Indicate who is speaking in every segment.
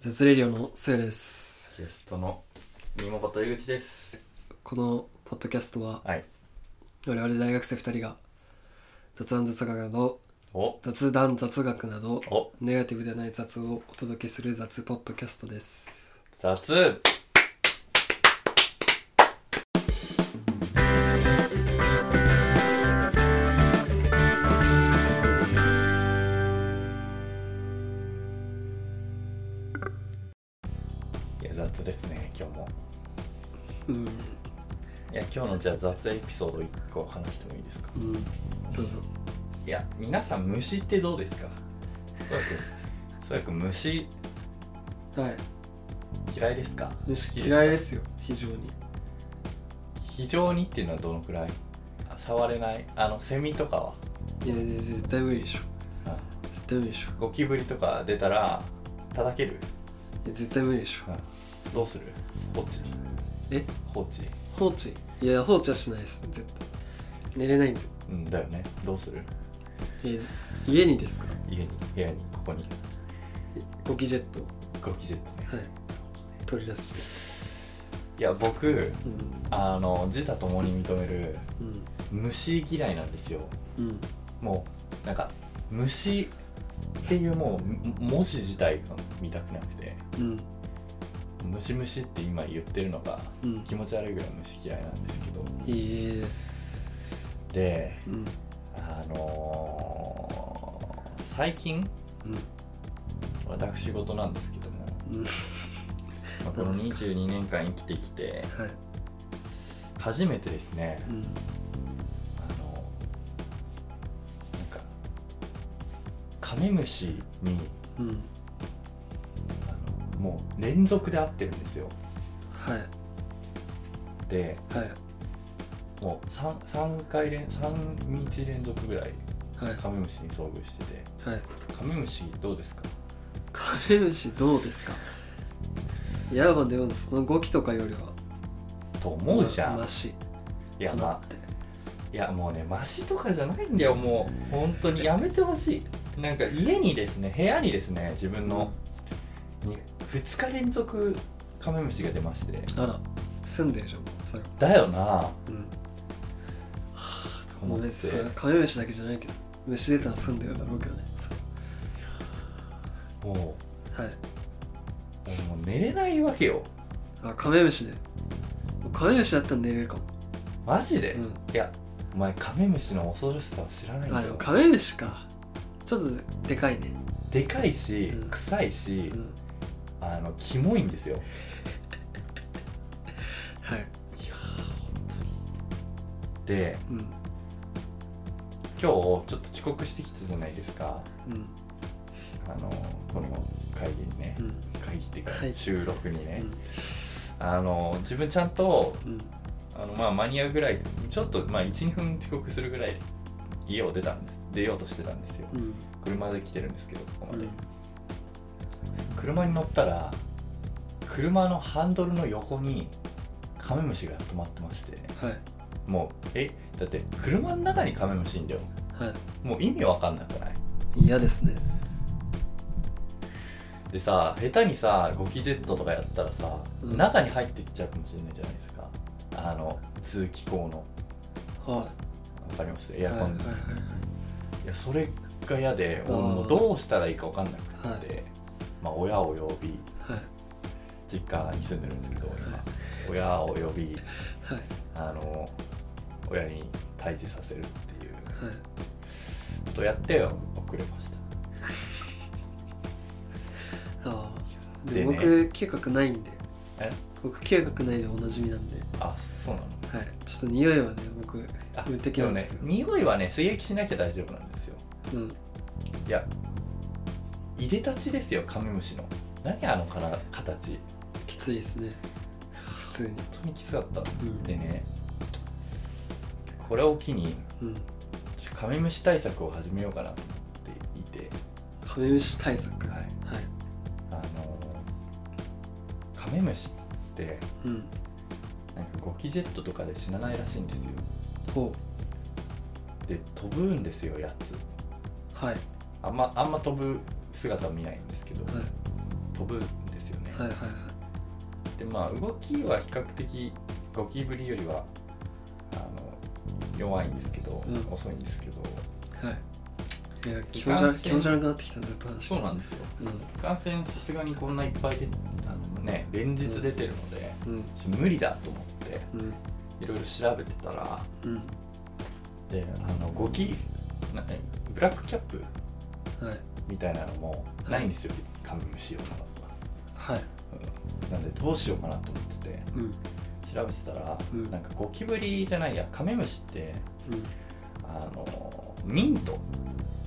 Speaker 1: 絶レディオのせいです
Speaker 2: ゲストのみもこと井口です
Speaker 1: このポッドキャストは
Speaker 2: はい
Speaker 1: 我々大学生2人が雑談雑学など
Speaker 2: お
Speaker 1: 雑談雑学など
Speaker 2: お
Speaker 1: ネガティブでない雑をお届けする雑ポッドキャストです
Speaker 2: 雑いや雑ですね今日も
Speaker 1: うん、
Speaker 2: いや今日のじゃあ雑エピソード1個話してもいいですか
Speaker 1: うん、どうぞ
Speaker 2: いや皆さん虫ってどうですかそうやくそうやく虫
Speaker 1: はい
Speaker 2: 嫌いですか
Speaker 1: 虫嫌いですよ非常に
Speaker 2: 非常にっていうのはどのくらいあ触れないあのセミとかは、
Speaker 1: いや絶対無理でしょ
Speaker 2: うん
Speaker 1: 絶対無理でしょ
Speaker 2: ゴキブリとか出たら叩ける、
Speaker 1: いや絶対無理でしょ
Speaker 2: うんどうする放置
Speaker 1: え
Speaker 2: 放置
Speaker 1: 放置いや放置はしないです絶対寝れないんで
Speaker 2: うんだよねどうする
Speaker 1: え家にですか
Speaker 2: 家に部屋にここに
Speaker 1: ゴキジェット
Speaker 2: ゴキジェット
Speaker 1: は
Speaker 2: ね
Speaker 1: い取り出して
Speaker 2: いや僕
Speaker 1: うん
Speaker 2: あの自他ともに認める
Speaker 1: うん
Speaker 2: 虫嫌いなんですよ
Speaker 1: うん
Speaker 2: もうなんか虫っていうもう文字自体が見たくなくて
Speaker 1: うん
Speaker 2: ムシムシって今言ってるのが
Speaker 1: うん
Speaker 2: 気持ち悪いぐらい虫嫌いなんですけど
Speaker 1: いい
Speaker 2: で
Speaker 1: うん
Speaker 2: あのー最近
Speaker 1: うん
Speaker 2: 私事なんですけども、
Speaker 1: うん
Speaker 2: まあこの
Speaker 1: 何で
Speaker 2: 22年間生きてきて
Speaker 1: はい
Speaker 2: 初めてですね
Speaker 1: うん
Speaker 2: あのなんかカメムシに
Speaker 1: うん
Speaker 2: あのもう連続で会ってるんですよ
Speaker 1: はい
Speaker 2: で
Speaker 1: はい
Speaker 2: もう 3, 3回連3日連続ぐらい
Speaker 1: はい
Speaker 2: カメムシに遭遇してて
Speaker 1: はい
Speaker 2: カメムシどうですか
Speaker 1: カメムシどうですかいやまあでもそのゴキとかよりは
Speaker 2: と思うじゃん、
Speaker 1: マシ
Speaker 2: いや
Speaker 1: と
Speaker 2: ま
Speaker 1: な
Speaker 2: あ
Speaker 1: って
Speaker 2: いやもうねマシとかじゃないんだよもう本当にやめてほしいなんか家にですね部屋にですね自分のに2日連続カメムシが出まして
Speaker 1: あら住んでるじゃんもうそれ
Speaker 2: だよな
Speaker 1: うん
Speaker 2: と
Speaker 1: もう
Speaker 2: 思って
Speaker 1: 別にそれはカメムシだけじゃないけど虫出たら住んでるだろうけどねそ
Speaker 2: もうも
Speaker 1: れはいう
Speaker 2: もう寝れないわけよ
Speaker 1: あカメムシでカメムシだったら寝れるかも
Speaker 2: マジで、
Speaker 1: うん
Speaker 2: いやお前カメムシの恐ろしさを知らないん
Speaker 1: あ
Speaker 2: だ
Speaker 1: でも
Speaker 2: よ
Speaker 1: カメムシかちょっとでかいね
Speaker 2: でかいし、
Speaker 1: うん
Speaker 2: 臭いし
Speaker 1: う、ん
Speaker 2: あのキモいんですよ
Speaker 1: はい
Speaker 2: で
Speaker 1: うん
Speaker 2: 今日ちょっと遅刻してきたじゃないですか
Speaker 1: うん
Speaker 2: あのこの会議にね、
Speaker 1: うん
Speaker 2: 会議っていうか
Speaker 1: 会議
Speaker 2: 収録にね、あの自分ちゃんと
Speaker 1: うん
Speaker 2: あの、まあ、間に合うぐらいちょっと、まあ、12分遅刻するぐらい家を出たんです出ようとしてたんですよ
Speaker 1: うん
Speaker 2: 車で来てるんですけどここま
Speaker 1: う
Speaker 2: で、
Speaker 1: ん
Speaker 2: 車に乗ったら車のハンドルの横にカメムシが止まってまして
Speaker 1: はい
Speaker 2: もうえだって車の中にカメムシいんだよ
Speaker 1: は
Speaker 2: もう意味わかんなくない
Speaker 1: い嫌ですね
Speaker 2: でさ下手にさゴキジェットとかやったらさ、
Speaker 1: うん
Speaker 2: 中に入っていっちゃうかもしれないじゃないですかあの通気口の
Speaker 1: は
Speaker 2: わかります
Speaker 1: い
Speaker 2: エア
Speaker 1: はい
Speaker 2: コ
Speaker 1: は
Speaker 2: ン、
Speaker 1: い
Speaker 2: い、やそれが嫌で俺
Speaker 1: あー
Speaker 2: もうどうしたらいいかわかんなくて、まあ親を呼び
Speaker 1: はい
Speaker 2: 実家に住んでるんですけど今、親を呼び
Speaker 1: はい
Speaker 2: あの親に退治させるっていう
Speaker 1: はい
Speaker 2: ことをやって遅れました
Speaker 1: ああ
Speaker 2: で
Speaker 1: で
Speaker 2: ね
Speaker 1: も僕嗅覚ないんで
Speaker 2: え
Speaker 1: 僕嗅覚ないでおなじみなんで
Speaker 2: あそうなの
Speaker 1: はいちょっと匂いはね僕
Speaker 2: あ
Speaker 1: 無敵
Speaker 2: で
Speaker 1: な
Speaker 2: も
Speaker 1: んで
Speaker 2: ね
Speaker 1: すよ
Speaker 2: 匂いはね刺激しなきゃ大丈夫なんですよ
Speaker 1: うん
Speaker 2: いやいでたちですよカメムシの何あのから形本
Speaker 1: きついですね普通に
Speaker 2: 当にきつかった
Speaker 1: うん
Speaker 2: でねこれを機に
Speaker 1: うん
Speaker 2: ちょカメムシ対策を始めようかなと思っていて、
Speaker 1: カメムシ対策
Speaker 2: はいい、
Speaker 1: はい
Speaker 2: あのーカメムシって
Speaker 1: うん
Speaker 2: なんかゴキジェットとかで死なないらしいんですよ
Speaker 1: ほ
Speaker 2: で飛ぶんですよやつ
Speaker 1: うはい
Speaker 2: あんまあんま飛ぶ姿は見ないんですけど
Speaker 1: はい
Speaker 2: 飛ぶんですよね、
Speaker 1: はいはいはい
Speaker 2: でまあ動きは比較的ゴキブリよりはあの弱いんですけど、
Speaker 1: うん
Speaker 2: 遅いんですけど
Speaker 1: はいいや気持ち悪い気持ち悪くなってきたずっと話
Speaker 2: そうなんですよ
Speaker 1: う
Speaker 2: 感染さすがにこんないっぱいであのね連日出てるので、
Speaker 1: んうん
Speaker 2: ちょ無理だと思って
Speaker 1: うん
Speaker 2: いろいろ調べてたら
Speaker 1: うん
Speaker 2: であのゴキな何ブラックキャップ
Speaker 1: はい
Speaker 2: みたいなのもないんですよ、別にカメムシ用なのとか、
Speaker 1: はい
Speaker 2: うん、なんでどうしようかなと思ってて
Speaker 1: うん
Speaker 2: 調べてたら、
Speaker 1: うん
Speaker 2: なんかゴキブリじゃないやカメムシってあのミント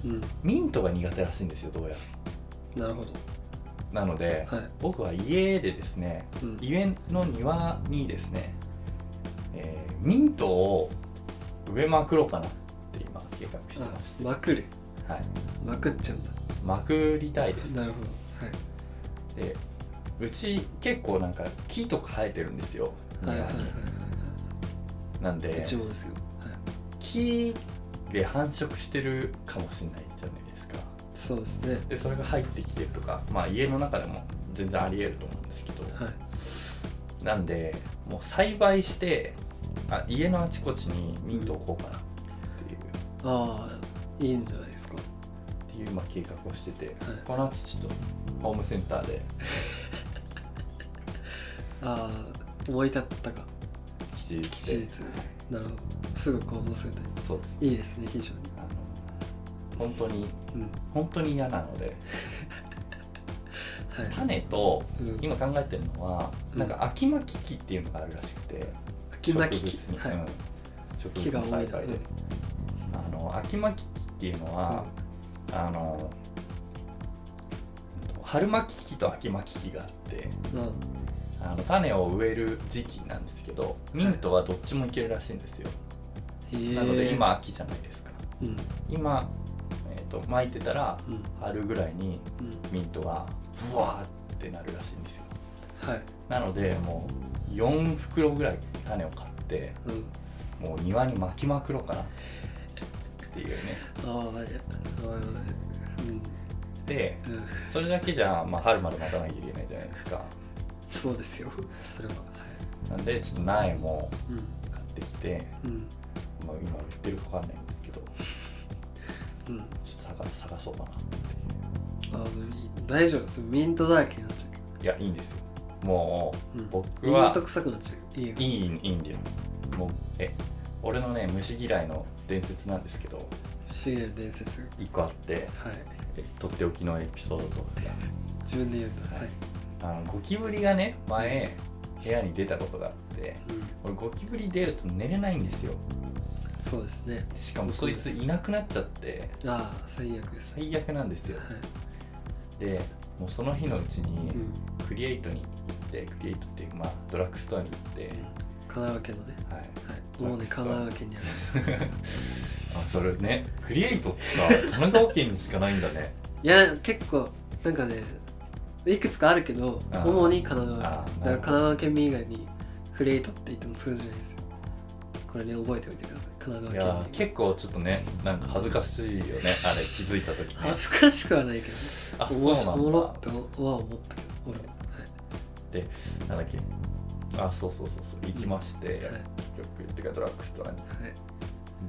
Speaker 1: うんうん
Speaker 2: ミントが苦手らしいんですよどうやら
Speaker 1: なるほど
Speaker 2: なので、
Speaker 1: はい
Speaker 2: 僕は家でですね
Speaker 1: うん
Speaker 2: 家の庭にですね、えーミントを植えまくろうかなって今計画してまして、
Speaker 1: あまくる
Speaker 2: はい、
Speaker 1: まくっちゃうんだ
Speaker 2: まくりたいです
Speaker 1: なるほどはい
Speaker 2: でうち結構なんか木とか生えてるんですよ庭
Speaker 1: はい
Speaker 2: に、
Speaker 1: はいはいは
Speaker 2: なん
Speaker 1: い。う
Speaker 2: で
Speaker 1: ちもですよ。はい。
Speaker 2: 木で繁殖してるかもしれないじゃないですか
Speaker 1: そうですね。
Speaker 2: でそれが入ってきてるとかまあ家の中でも全然ありえると思うんですけど、
Speaker 1: はい。
Speaker 2: なんでもう栽培してあ家のあちこちにミントを置こうかなっていう,、
Speaker 1: ああ、いいんじゃないですか。
Speaker 2: っていうまあ計画をしてて、この後ちょっとホームセンタ ーで
Speaker 1: ああ、思い立ったか。
Speaker 2: 吉日
Speaker 1: 吉日
Speaker 2: 来て。
Speaker 1: なるほど。すぐ行動するタイ
Speaker 2: そうです
Speaker 1: プ。いいですね、非常に。
Speaker 2: あの本当に
Speaker 1: うん。は
Speaker 2: 本当に嫌なので
Speaker 1: い。
Speaker 2: 種と
Speaker 1: うん
Speaker 2: 今考えてるのは、
Speaker 1: うん
Speaker 2: なんか秋巻き木っていうのがあるらしくて
Speaker 1: 秋巻き
Speaker 2: 植物に、
Speaker 1: はい。
Speaker 2: うん植物の栽培で、
Speaker 1: 木が
Speaker 2: あの秋巻き木っていうのは、あのうんと春巻き木と秋巻き木があって
Speaker 1: あ
Speaker 2: あの種を植える時期なんですけどミントはどっちもいけるらしいんですよ、
Speaker 1: へえ
Speaker 2: なので。今秋じゃないですか
Speaker 1: うん。
Speaker 2: 今、えー、と巻いてたら
Speaker 1: うん。
Speaker 2: 春ぐらいに
Speaker 1: うん。
Speaker 2: ミントがブワーってなるらしいんですよ
Speaker 1: はい。
Speaker 2: なのでもう4袋ぐらい種を買って
Speaker 1: うん。
Speaker 2: もう庭に巻きまくろうかなっていうね
Speaker 1: ああ、いや。ああうん。
Speaker 2: で
Speaker 1: うん。
Speaker 2: それだけじゃ、まあ、春まで待たなきゃいけないじゃないですか
Speaker 1: そうですよ。それは。は
Speaker 2: なんでちょっと苗も
Speaker 1: い。うん。
Speaker 2: 買ってきて、
Speaker 1: うん。
Speaker 2: まあ、今売ってるかわかんないんですけどちょ
Speaker 1: うん。
Speaker 2: っと探探そうかなってい
Speaker 1: あの、いい大丈夫です。ミントだらけになっちゃうけど。
Speaker 2: ういやいいんですよも
Speaker 1: うん。
Speaker 2: 僕は
Speaker 1: ミント臭くなっちゃう。いいよ
Speaker 2: う。いいいいんだよもうえ俺のね虫嫌いの伝説なんですけど
Speaker 1: 不思議な伝説が
Speaker 2: 1個あって
Speaker 1: はい
Speaker 2: えとっておきのエピソードとか
Speaker 1: 自分で言うんだはい、
Speaker 2: あのゴキブリがね前部屋に出たことがあって
Speaker 1: うん、
Speaker 2: 俺ゴキブリ出ると寝れないんですよ
Speaker 1: そうですね
Speaker 2: しかもそいついなくなっちゃって
Speaker 1: ああ最悪です
Speaker 2: 最悪なんですよ
Speaker 1: はい、
Speaker 2: でもうその日のうちに
Speaker 1: うん、
Speaker 2: クリエイトに行ってクリエイトっていうまあドラッグストアに行って、
Speaker 1: 神奈川県のね
Speaker 2: はい、
Speaker 1: はい主に神奈川県にある
Speaker 2: あそれねクリエイトってさ神奈川県にしかないんだね
Speaker 1: いや結構なんかねいくつかあるけど
Speaker 2: あー
Speaker 1: 主に神奈川
Speaker 2: あー
Speaker 1: 県
Speaker 2: な
Speaker 1: だから神奈川
Speaker 2: るほど
Speaker 1: 県民以外にクレイトって言っても通じないですよこれね覚えておいてください神
Speaker 2: い
Speaker 1: 奈
Speaker 2: や
Speaker 1: 川
Speaker 2: ー
Speaker 1: 県民
Speaker 2: 結構ちょっとねなんか恥ずかしいよねあれ気づいた時ね
Speaker 1: 恥ずかしくはないけど
Speaker 2: あ
Speaker 1: おもしおもろ
Speaker 2: だ
Speaker 1: っては思ったけど俺も
Speaker 2: なんだっけあそうそうそうそう行きまして、
Speaker 1: はいはい
Speaker 2: 結局っていうかドラッグストアに
Speaker 1: はい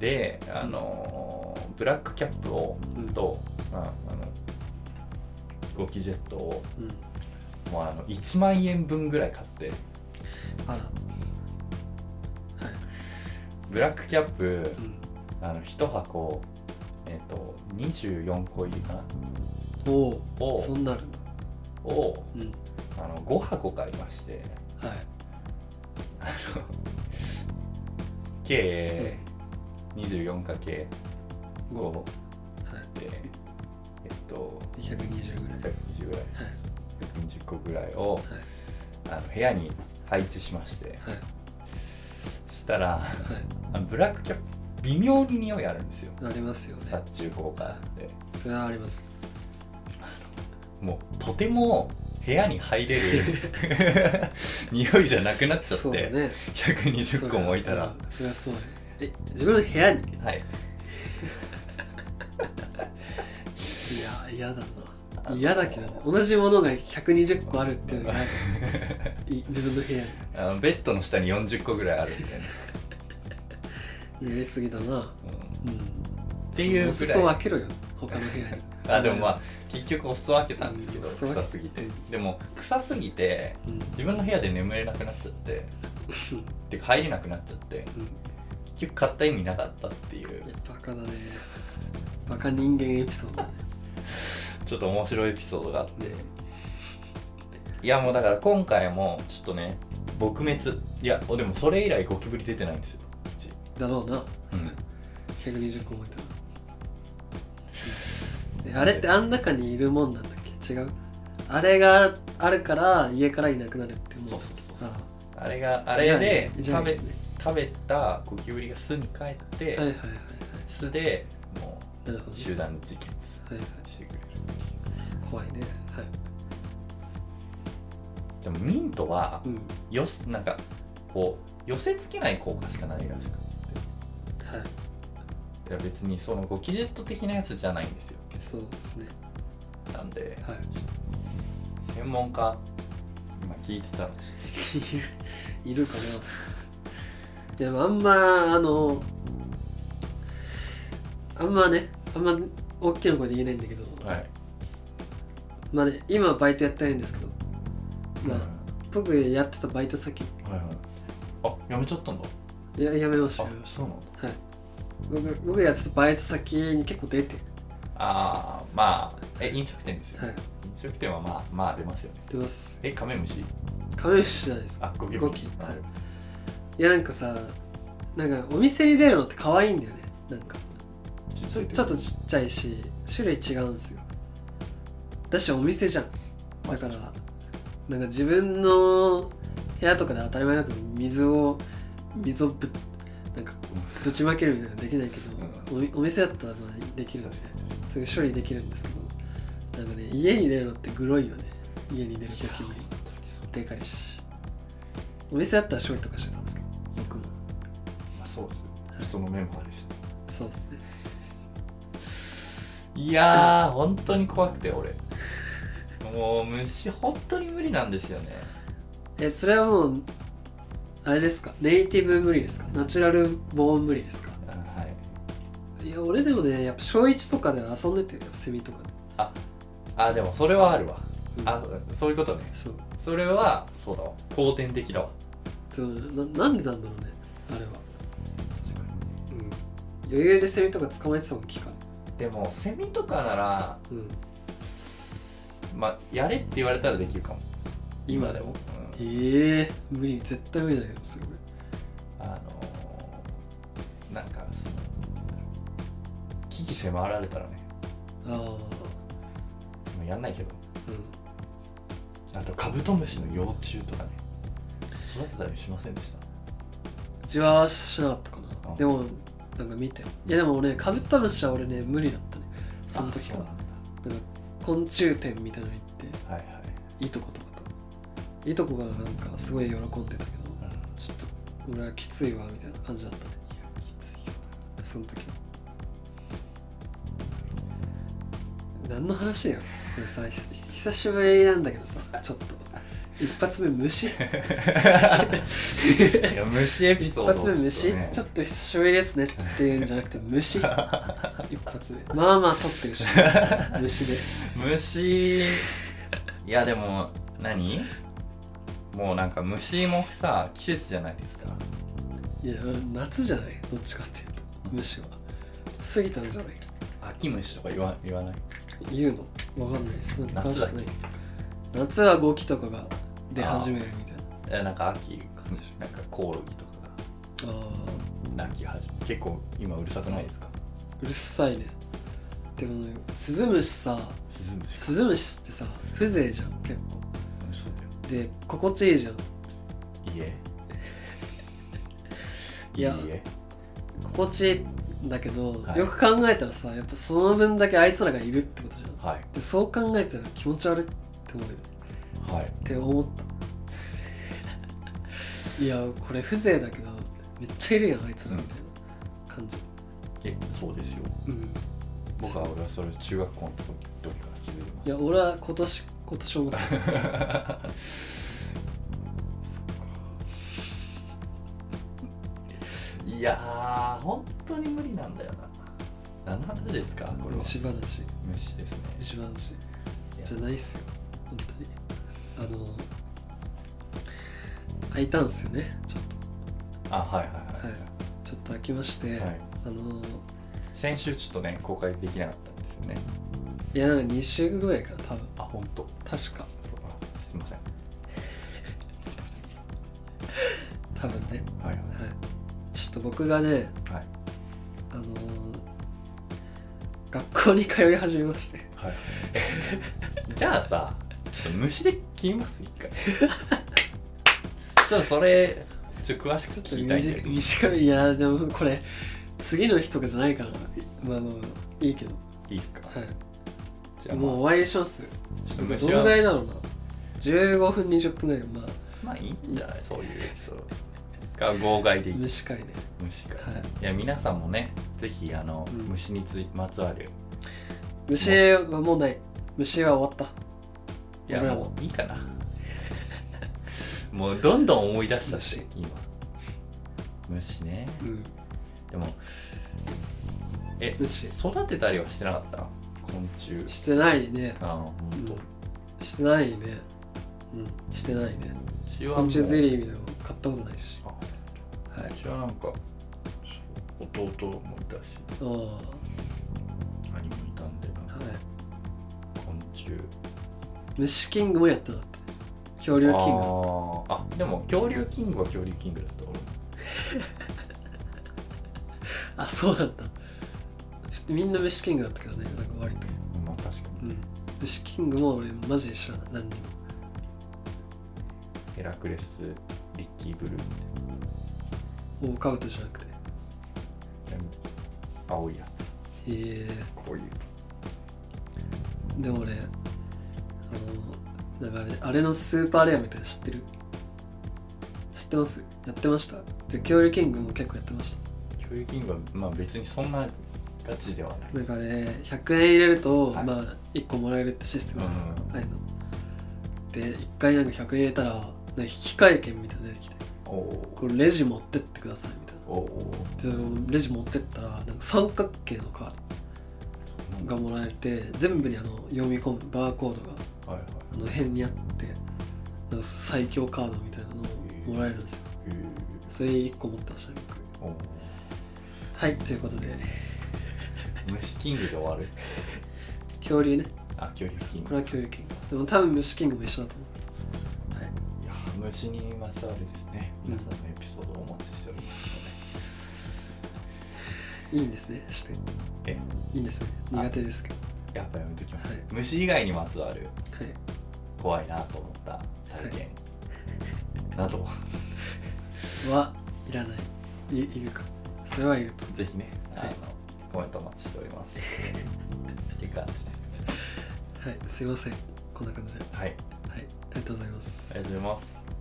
Speaker 2: であのーブラックキャップを
Speaker 1: うん
Speaker 2: と、まあ、あのゴキジェットを
Speaker 1: うん
Speaker 2: もうあの1万円分ぐらい買って
Speaker 1: あら
Speaker 2: ブラックキャップ
Speaker 1: うん
Speaker 2: あの1箱えっ、と24個入りかな
Speaker 1: おお
Speaker 2: を
Speaker 1: そんなあるんだ
Speaker 2: を
Speaker 1: うん
Speaker 2: あの5箱買いまして
Speaker 1: はい
Speaker 2: 計
Speaker 1: 5
Speaker 2: 24×5 で
Speaker 1: は
Speaker 2: えっと
Speaker 1: い220ぐらい
Speaker 2: 120ぐらい
Speaker 1: はい
Speaker 2: 120個ぐらいをあの部屋に配置しまして
Speaker 1: はい
Speaker 2: そしたら
Speaker 1: は
Speaker 2: あのブラックキャップ微妙に匂いあるんですよ
Speaker 1: いありますよね
Speaker 2: 殺虫効果あって
Speaker 1: それはあります
Speaker 2: もうとても部屋に入れる 匂いじゃなくなっちゃっ
Speaker 1: そう
Speaker 2: て、
Speaker 1: だね
Speaker 2: 120個も置いたら
Speaker 1: それはうんそれはそうねえ自分の部屋に
Speaker 2: はい
Speaker 1: いや嫌だな
Speaker 2: あの
Speaker 1: 嫌だけどね同じものが120個あるっていうの がい自分の部屋に
Speaker 2: あのベッドの下に40個ぐらいあるみたいな、
Speaker 1: やりすぎだな
Speaker 2: う
Speaker 1: うん
Speaker 2: ていうぐらい
Speaker 1: そのお裾を開けろよ他の部屋に
Speaker 2: んあでもまあ結局お裾分けたんですけど
Speaker 1: お裾分け
Speaker 2: 臭すぎてでも臭すぎて
Speaker 1: うんうん
Speaker 2: 自分の部屋で眠れなくなっちゃっててか入れなくなっちゃって結局買った意味なかったっていう
Speaker 1: いやバカだねバカ人間エピソードだね
Speaker 2: ちょっと面白いエピソードがあっていやもうだから今回もちょっとね撲滅いやでもそれ以来ゴキブリ出てないんですようち
Speaker 1: だろうな、120個もいたらえあれってあん中にいるもんなんだっけ違うあれがあるから家からいなくなるっても
Speaker 2: そうそうそう
Speaker 1: あ
Speaker 2: あれが
Speaker 1: あ
Speaker 2: あれで
Speaker 1: じゃあ
Speaker 2: 食
Speaker 1: いい
Speaker 2: べ
Speaker 1: ですね
Speaker 2: 食べたゴキブリが巣に帰って、
Speaker 1: はいはいはいは
Speaker 2: 巣でも
Speaker 1: いなるほ
Speaker 2: う
Speaker 1: ど、ね、
Speaker 2: 集団自決
Speaker 1: はいはい
Speaker 2: してくれる
Speaker 1: 怖いねはい
Speaker 2: でもミントは
Speaker 1: うんは
Speaker 2: よすなんかこう寄せつけない効果しかないらしくていや別にそのゴキジェット的なやつじゃないんですよ
Speaker 1: いそうですね
Speaker 2: なんで
Speaker 1: はい
Speaker 2: 専門家今聞いてたらちょ
Speaker 1: いるかなでもあんまあのあんまねあんま大きな声で言えないんだけど、
Speaker 2: っとはい
Speaker 1: まあね今バイトやってないんですけどまあ、
Speaker 2: うん
Speaker 1: 僕やってたバイト先
Speaker 2: はいはいあやめちゃったんだ
Speaker 1: ややめました
Speaker 2: あ
Speaker 1: よ
Speaker 2: そうなんだ
Speaker 1: 僕僕やってたバイト先に結構出て、
Speaker 2: ああまあえ飲食店ですよ、
Speaker 1: はい、
Speaker 2: 飲食店はまあまあ出ますよね
Speaker 1: 出ます
Speaker 2: えカメムシ
Speaker 1: カメムシじゃないですか
Speaker 2: あゴキブ
Speaker 1: ゴ
Speaker 2: リ
Speaker 1: キ
Speaker 2: あ
Speaker 1: はいいやなんかさなんかお店に出るのって可愛いんだよねなんか
Speaker 2: ち
Speaker 1: ちょちょっとちっちゃいし種類違うんですよだしお店じゃんだからなんか自分の部屋とかで当たり前だけど水を水をぶなんかぶちまけるみたいなのできないけど、おお店だったらまあできるんでそういう処理できるんですけどなんかね家に出るのってグロいよね家に出るゴキブリでかいしお店だったら処理とかしてたんですけど僕も
Speaker 2: まあそうですよ人の目もあるし
Speaker 1: そうですね
Speaker 2: いやー本当に怖くて俺もう虫本当に無理なんですよね
Speaker 1: えそれはもうあれですかネイティブ無理ですかナチュラルボーン無理ですか
Speaker 2: あはい
Speaker 1: いや俺でもねやっぱ小1とかで遊んでてセミとかで、
Speaker 2: あでもそれはあるわ
Speaker 1: うん
Speaker 2: あそういうことね
Speaker 1: そう
Speaker 2: それはそうだわ後天的だわ
Speaker 1: そうななんでなんだろうねあれは、うん、余裕でセミとか捕まえてたもん聞か
Speaker 2: でもセミとかなら
Speaker 1: れうん
Speaker 2: まあやれって言われたらできるかも
Speaker 1: 今でも
Speaker 2: うん
Speaker 1: ええ無理絶対無理だけどそれ俺
Speaker 2: あのーなんかその危機迫られたらね
Speaker 1: あ
Speaker 2: もうやんないけど
Speaker 1: あう
Speaker 2: あとカブトムシの幼虫とかね育てたりしませんでした
Speaker 1: んうちはしなかったか
Speaker 2: あ
Speaker 1: なでもなんか見ていやでも俺カブトムシは俺ね無理だったねその時
Speaker 2: あ
Speaker 1: か
Speaker 2: う
Speaker 1: ら
Speaker 2: なんだ
Speaker 1: なんか昆虫展みたいなの行って
Speaker 2: はいはい
Speaker 1: いとことかといとこがなんかすごい喜んでたけど
Speaker 2: うん
Speaker 1: ちょっと俺はきついわみたいな感じだったねその時は何の話やろこれさひ久しぶりなんだけどさちょっと一発目虫
Speaker 2: いや虫エピ
Speaker 1: 一
Speaker 2: ソード
Speaker 1: 発目虫、ちょっと久しぶりですねっていうんじゃなくて虫一発目まあまあ撮ってるし虫で
Speaker 2: 虫いやでも何もうなんか虫もさ季節じゃないですか
Speaker 1: いや夏じゃないどっちかっていうと虫は過ぎたんじゃない
Speaker 2: 秋虫とか言わ言わない
Speaker 1: 言うのわかんないそんな感じじ
Speaker 2: 夏だ
Speaker 1: ゃ
Speaker 2: っ
Speaker 1: ない夏はゴキとかが出始めるみたい
Speaker 2: えなんか秋なんかコオロギとか
Speaker 1: なあ
Speaker 2: が鳴き始め結構今うるさくないですか
Speaker 1: ーうるさいねでもねスズムシさ
Speaker 2: スズムシ
Speaker 1: スズムシってさ風情じゃん結構
Speaker 2: そうだよ
Speaker 1: で心地いいじゃん
Speaker 2: 家
Speaker 1: いや
Speaker 2: 家
Speaker 1: 心地いいんだけど、
Speaker 2: はい
Speaker 1: よく考えたらさやっぱその分だけあいつらがいるってことじゃん
Speaker 2: はい
Speaker 1: でそう考えたら気持ち悪いって思うよ
Speaker 2: はい
Speaker 1: って思ったいやこれ風情だけどめっちゃいるやんあいつらみたいな感じ
Speaker 2: えそうですよ
Speaker 1: うん
Speaker 2: 僕は俺はそれ中学校の時時から気づきま
Speaker 1: い
Speaker 2: し
Speaker 1: や俺は今年今年 思った
Speaker 2: たいやー本当に無理なんだよな何の話ですかこれは
Speaker 1: 虫話
Speaker 2: 虫ですね
Speaker 1: 虫話
Speaker 2: いや
Speaker 1: じゃないっすよ本当にあの開いたんすよねちょっ
Speaker 2: あはいはいはい、
Speaker 1: はいとちょっと開きまして、
Speaker 2: はい、
Speaker 1: あの
Speaker 2: 先週ちょっとね公開できなかったんですよね
Speaker 1: いやなんか2週ぐらいかな多分
Speaker 2: あ本当。
Speaker 1: 確か
Speaker 2: そうあすいません
Speaker 1: 多分ね
Speaker 2: はい
Speaker 1: は
Speaker 2: はい
Speaker 1: いちょっと僕がね
Speaker 2: はい
Speaker 1: あの学校に通い始めまして
Speaker 2: はい じゃあさちょっと虫で切ります一回ちょっとそれちょっと詳しく聞きたいんだけ
Speaker 1: 短
Speaker 2: ど
Speaker 1: い短いいやでもこれ次の日とかじゃないからまあまあいいけど
Speaker 2: いいですか
Speaker 1: は
Speaker 2: じ
Speaker 1: い
Speaker 2: ゃあ、
Speaker 1: もう
Speaker 2: ま
Speaker 1: 終わりにします
Speaker 2: あ、ちょっと
Speaker 1: ど
Speaker 2: 虫
Speaker 1: のぐら
Speaker 2: はい
Speaker 1: だろうな15分20分ぐらいまあ
Speaker 2: まあいいんじゃないそういうそうが号外でいい
Speaker 1: 虫会ね
Speaker 2: 虫か、
Speaker 1: はい
Speaker 2: い、や皆さんもねぜひあの、
Speaker 1: うん
Speaker 2: 虫についまつわる
Speaker 1: 虫はもうない虫は終わっ
Speaker 2: いや
Speaker 1: 俺らも
Speaker 2: もういいかな もうどんどん思い出したし今虫ね
Speaker 1: たうん
Speaker 2: でもえ
Speaker 1: 虫
Speaker 2: 育てたりはしてなかった昆虫
Speaker 1: してないね
Speaker 2: ああほんと
Speaker 1: してないねうんしてないね
Speaker 2: うちは
Speaker 1: 昆
Speaker 2: もう
Speaker 1: 虫ゼリーみたいなの買ったことないし
Speaker 2: あ
Speaker 1: はいう
Speaker 2: ちはなんかそう弟もいたし
Speaker 1: ああは
Speaker 2: 兄もいたんでなんか昆虫
Speaker 1: い虫キングもやってなかった恐竜キング
Speaker 2: あーあでも恐竜キングは恐竜キングだった俺も
Speaker 1: あそうだったみんな虫キングだったけどねなんか割と
Speaker 2: まあ確かに
Speaker 1: うん虫キングも俺マジで知らない何にも
Speaker 2: ヘラクレスリッキーブルーみ
Speaker 1: オーカウトじゃなくて
Speaker 2: たいな青いやつ
Speaker 1: え
Speaker 2: こういう
Speaker 1: えでも俺あのなんかあれあれのスーパーレアみたいなの知ってる知ってますやってましたで恐竜キングも結構やってまし
Speaker 2: 恐竜キングはまあ別にそんなガチではない
Speaker 1: たなんかあれ100円入れると、
Speaker 2: はい
Speaker 1: まあ1個もらえるってシステムなんですよ、
Speaker 2: うん
Speaker 1: ああいうので1回なんか100円入れたらなんか引換券みたいなの出てきて
Speaker 2: おお
Speaker 1: これレジ持ってってくださいみたいな
Speaker 2: おお
Speaker 1: でそのレジ持ってったらなんか三角形のカードがもらえて全部にあの読み込むバーコードが
Speaker 2: はいはい
Speaker 1: あの辺にあってなんか最強カードみたいなのをもらえるんですよ
Speaker 2: へー
Speaker 1: それ1個持ってましたね僕
Speaker 2: おお
Speaker 1: はいということで
Speaker 2: 虫キングで終わる
Speaker 1: 恐竜ね
Speaker 2: あ恐竜キン
Speaker 1: こ
Speaker 2: グ
Speaker 1: れは恐竜キングでも多分虫キングも一緒だと思うはい
Speaker 2: いや虫にまつわるですね皆さんのエピソードをお待ちしております
Speaker 1: いいんですねして
Speaker 2: ので、
Speaker 1: いいんですね苦手ですけど
Speaker 2: えやっぱやめときます、
Speaker 1: はい
Speaker 2: 虫以外にまつわ
Speaker 1: は
Speaker 2: る
Speaker 1: い
Speaker 2: 怖いなと思った体験、など
Speaker 1: はいらないいいるかそれはいると
Speaker 2: ぜひねあの、
Speaker 1: はい
Speaker 2: コメントお待ちしておりますっていう感じで
Speaker 1: はいすいませんこんな感じではい
Speaker 2: はい
Speaker 1: ありがとうございます
Speaker 2: ありがとうございます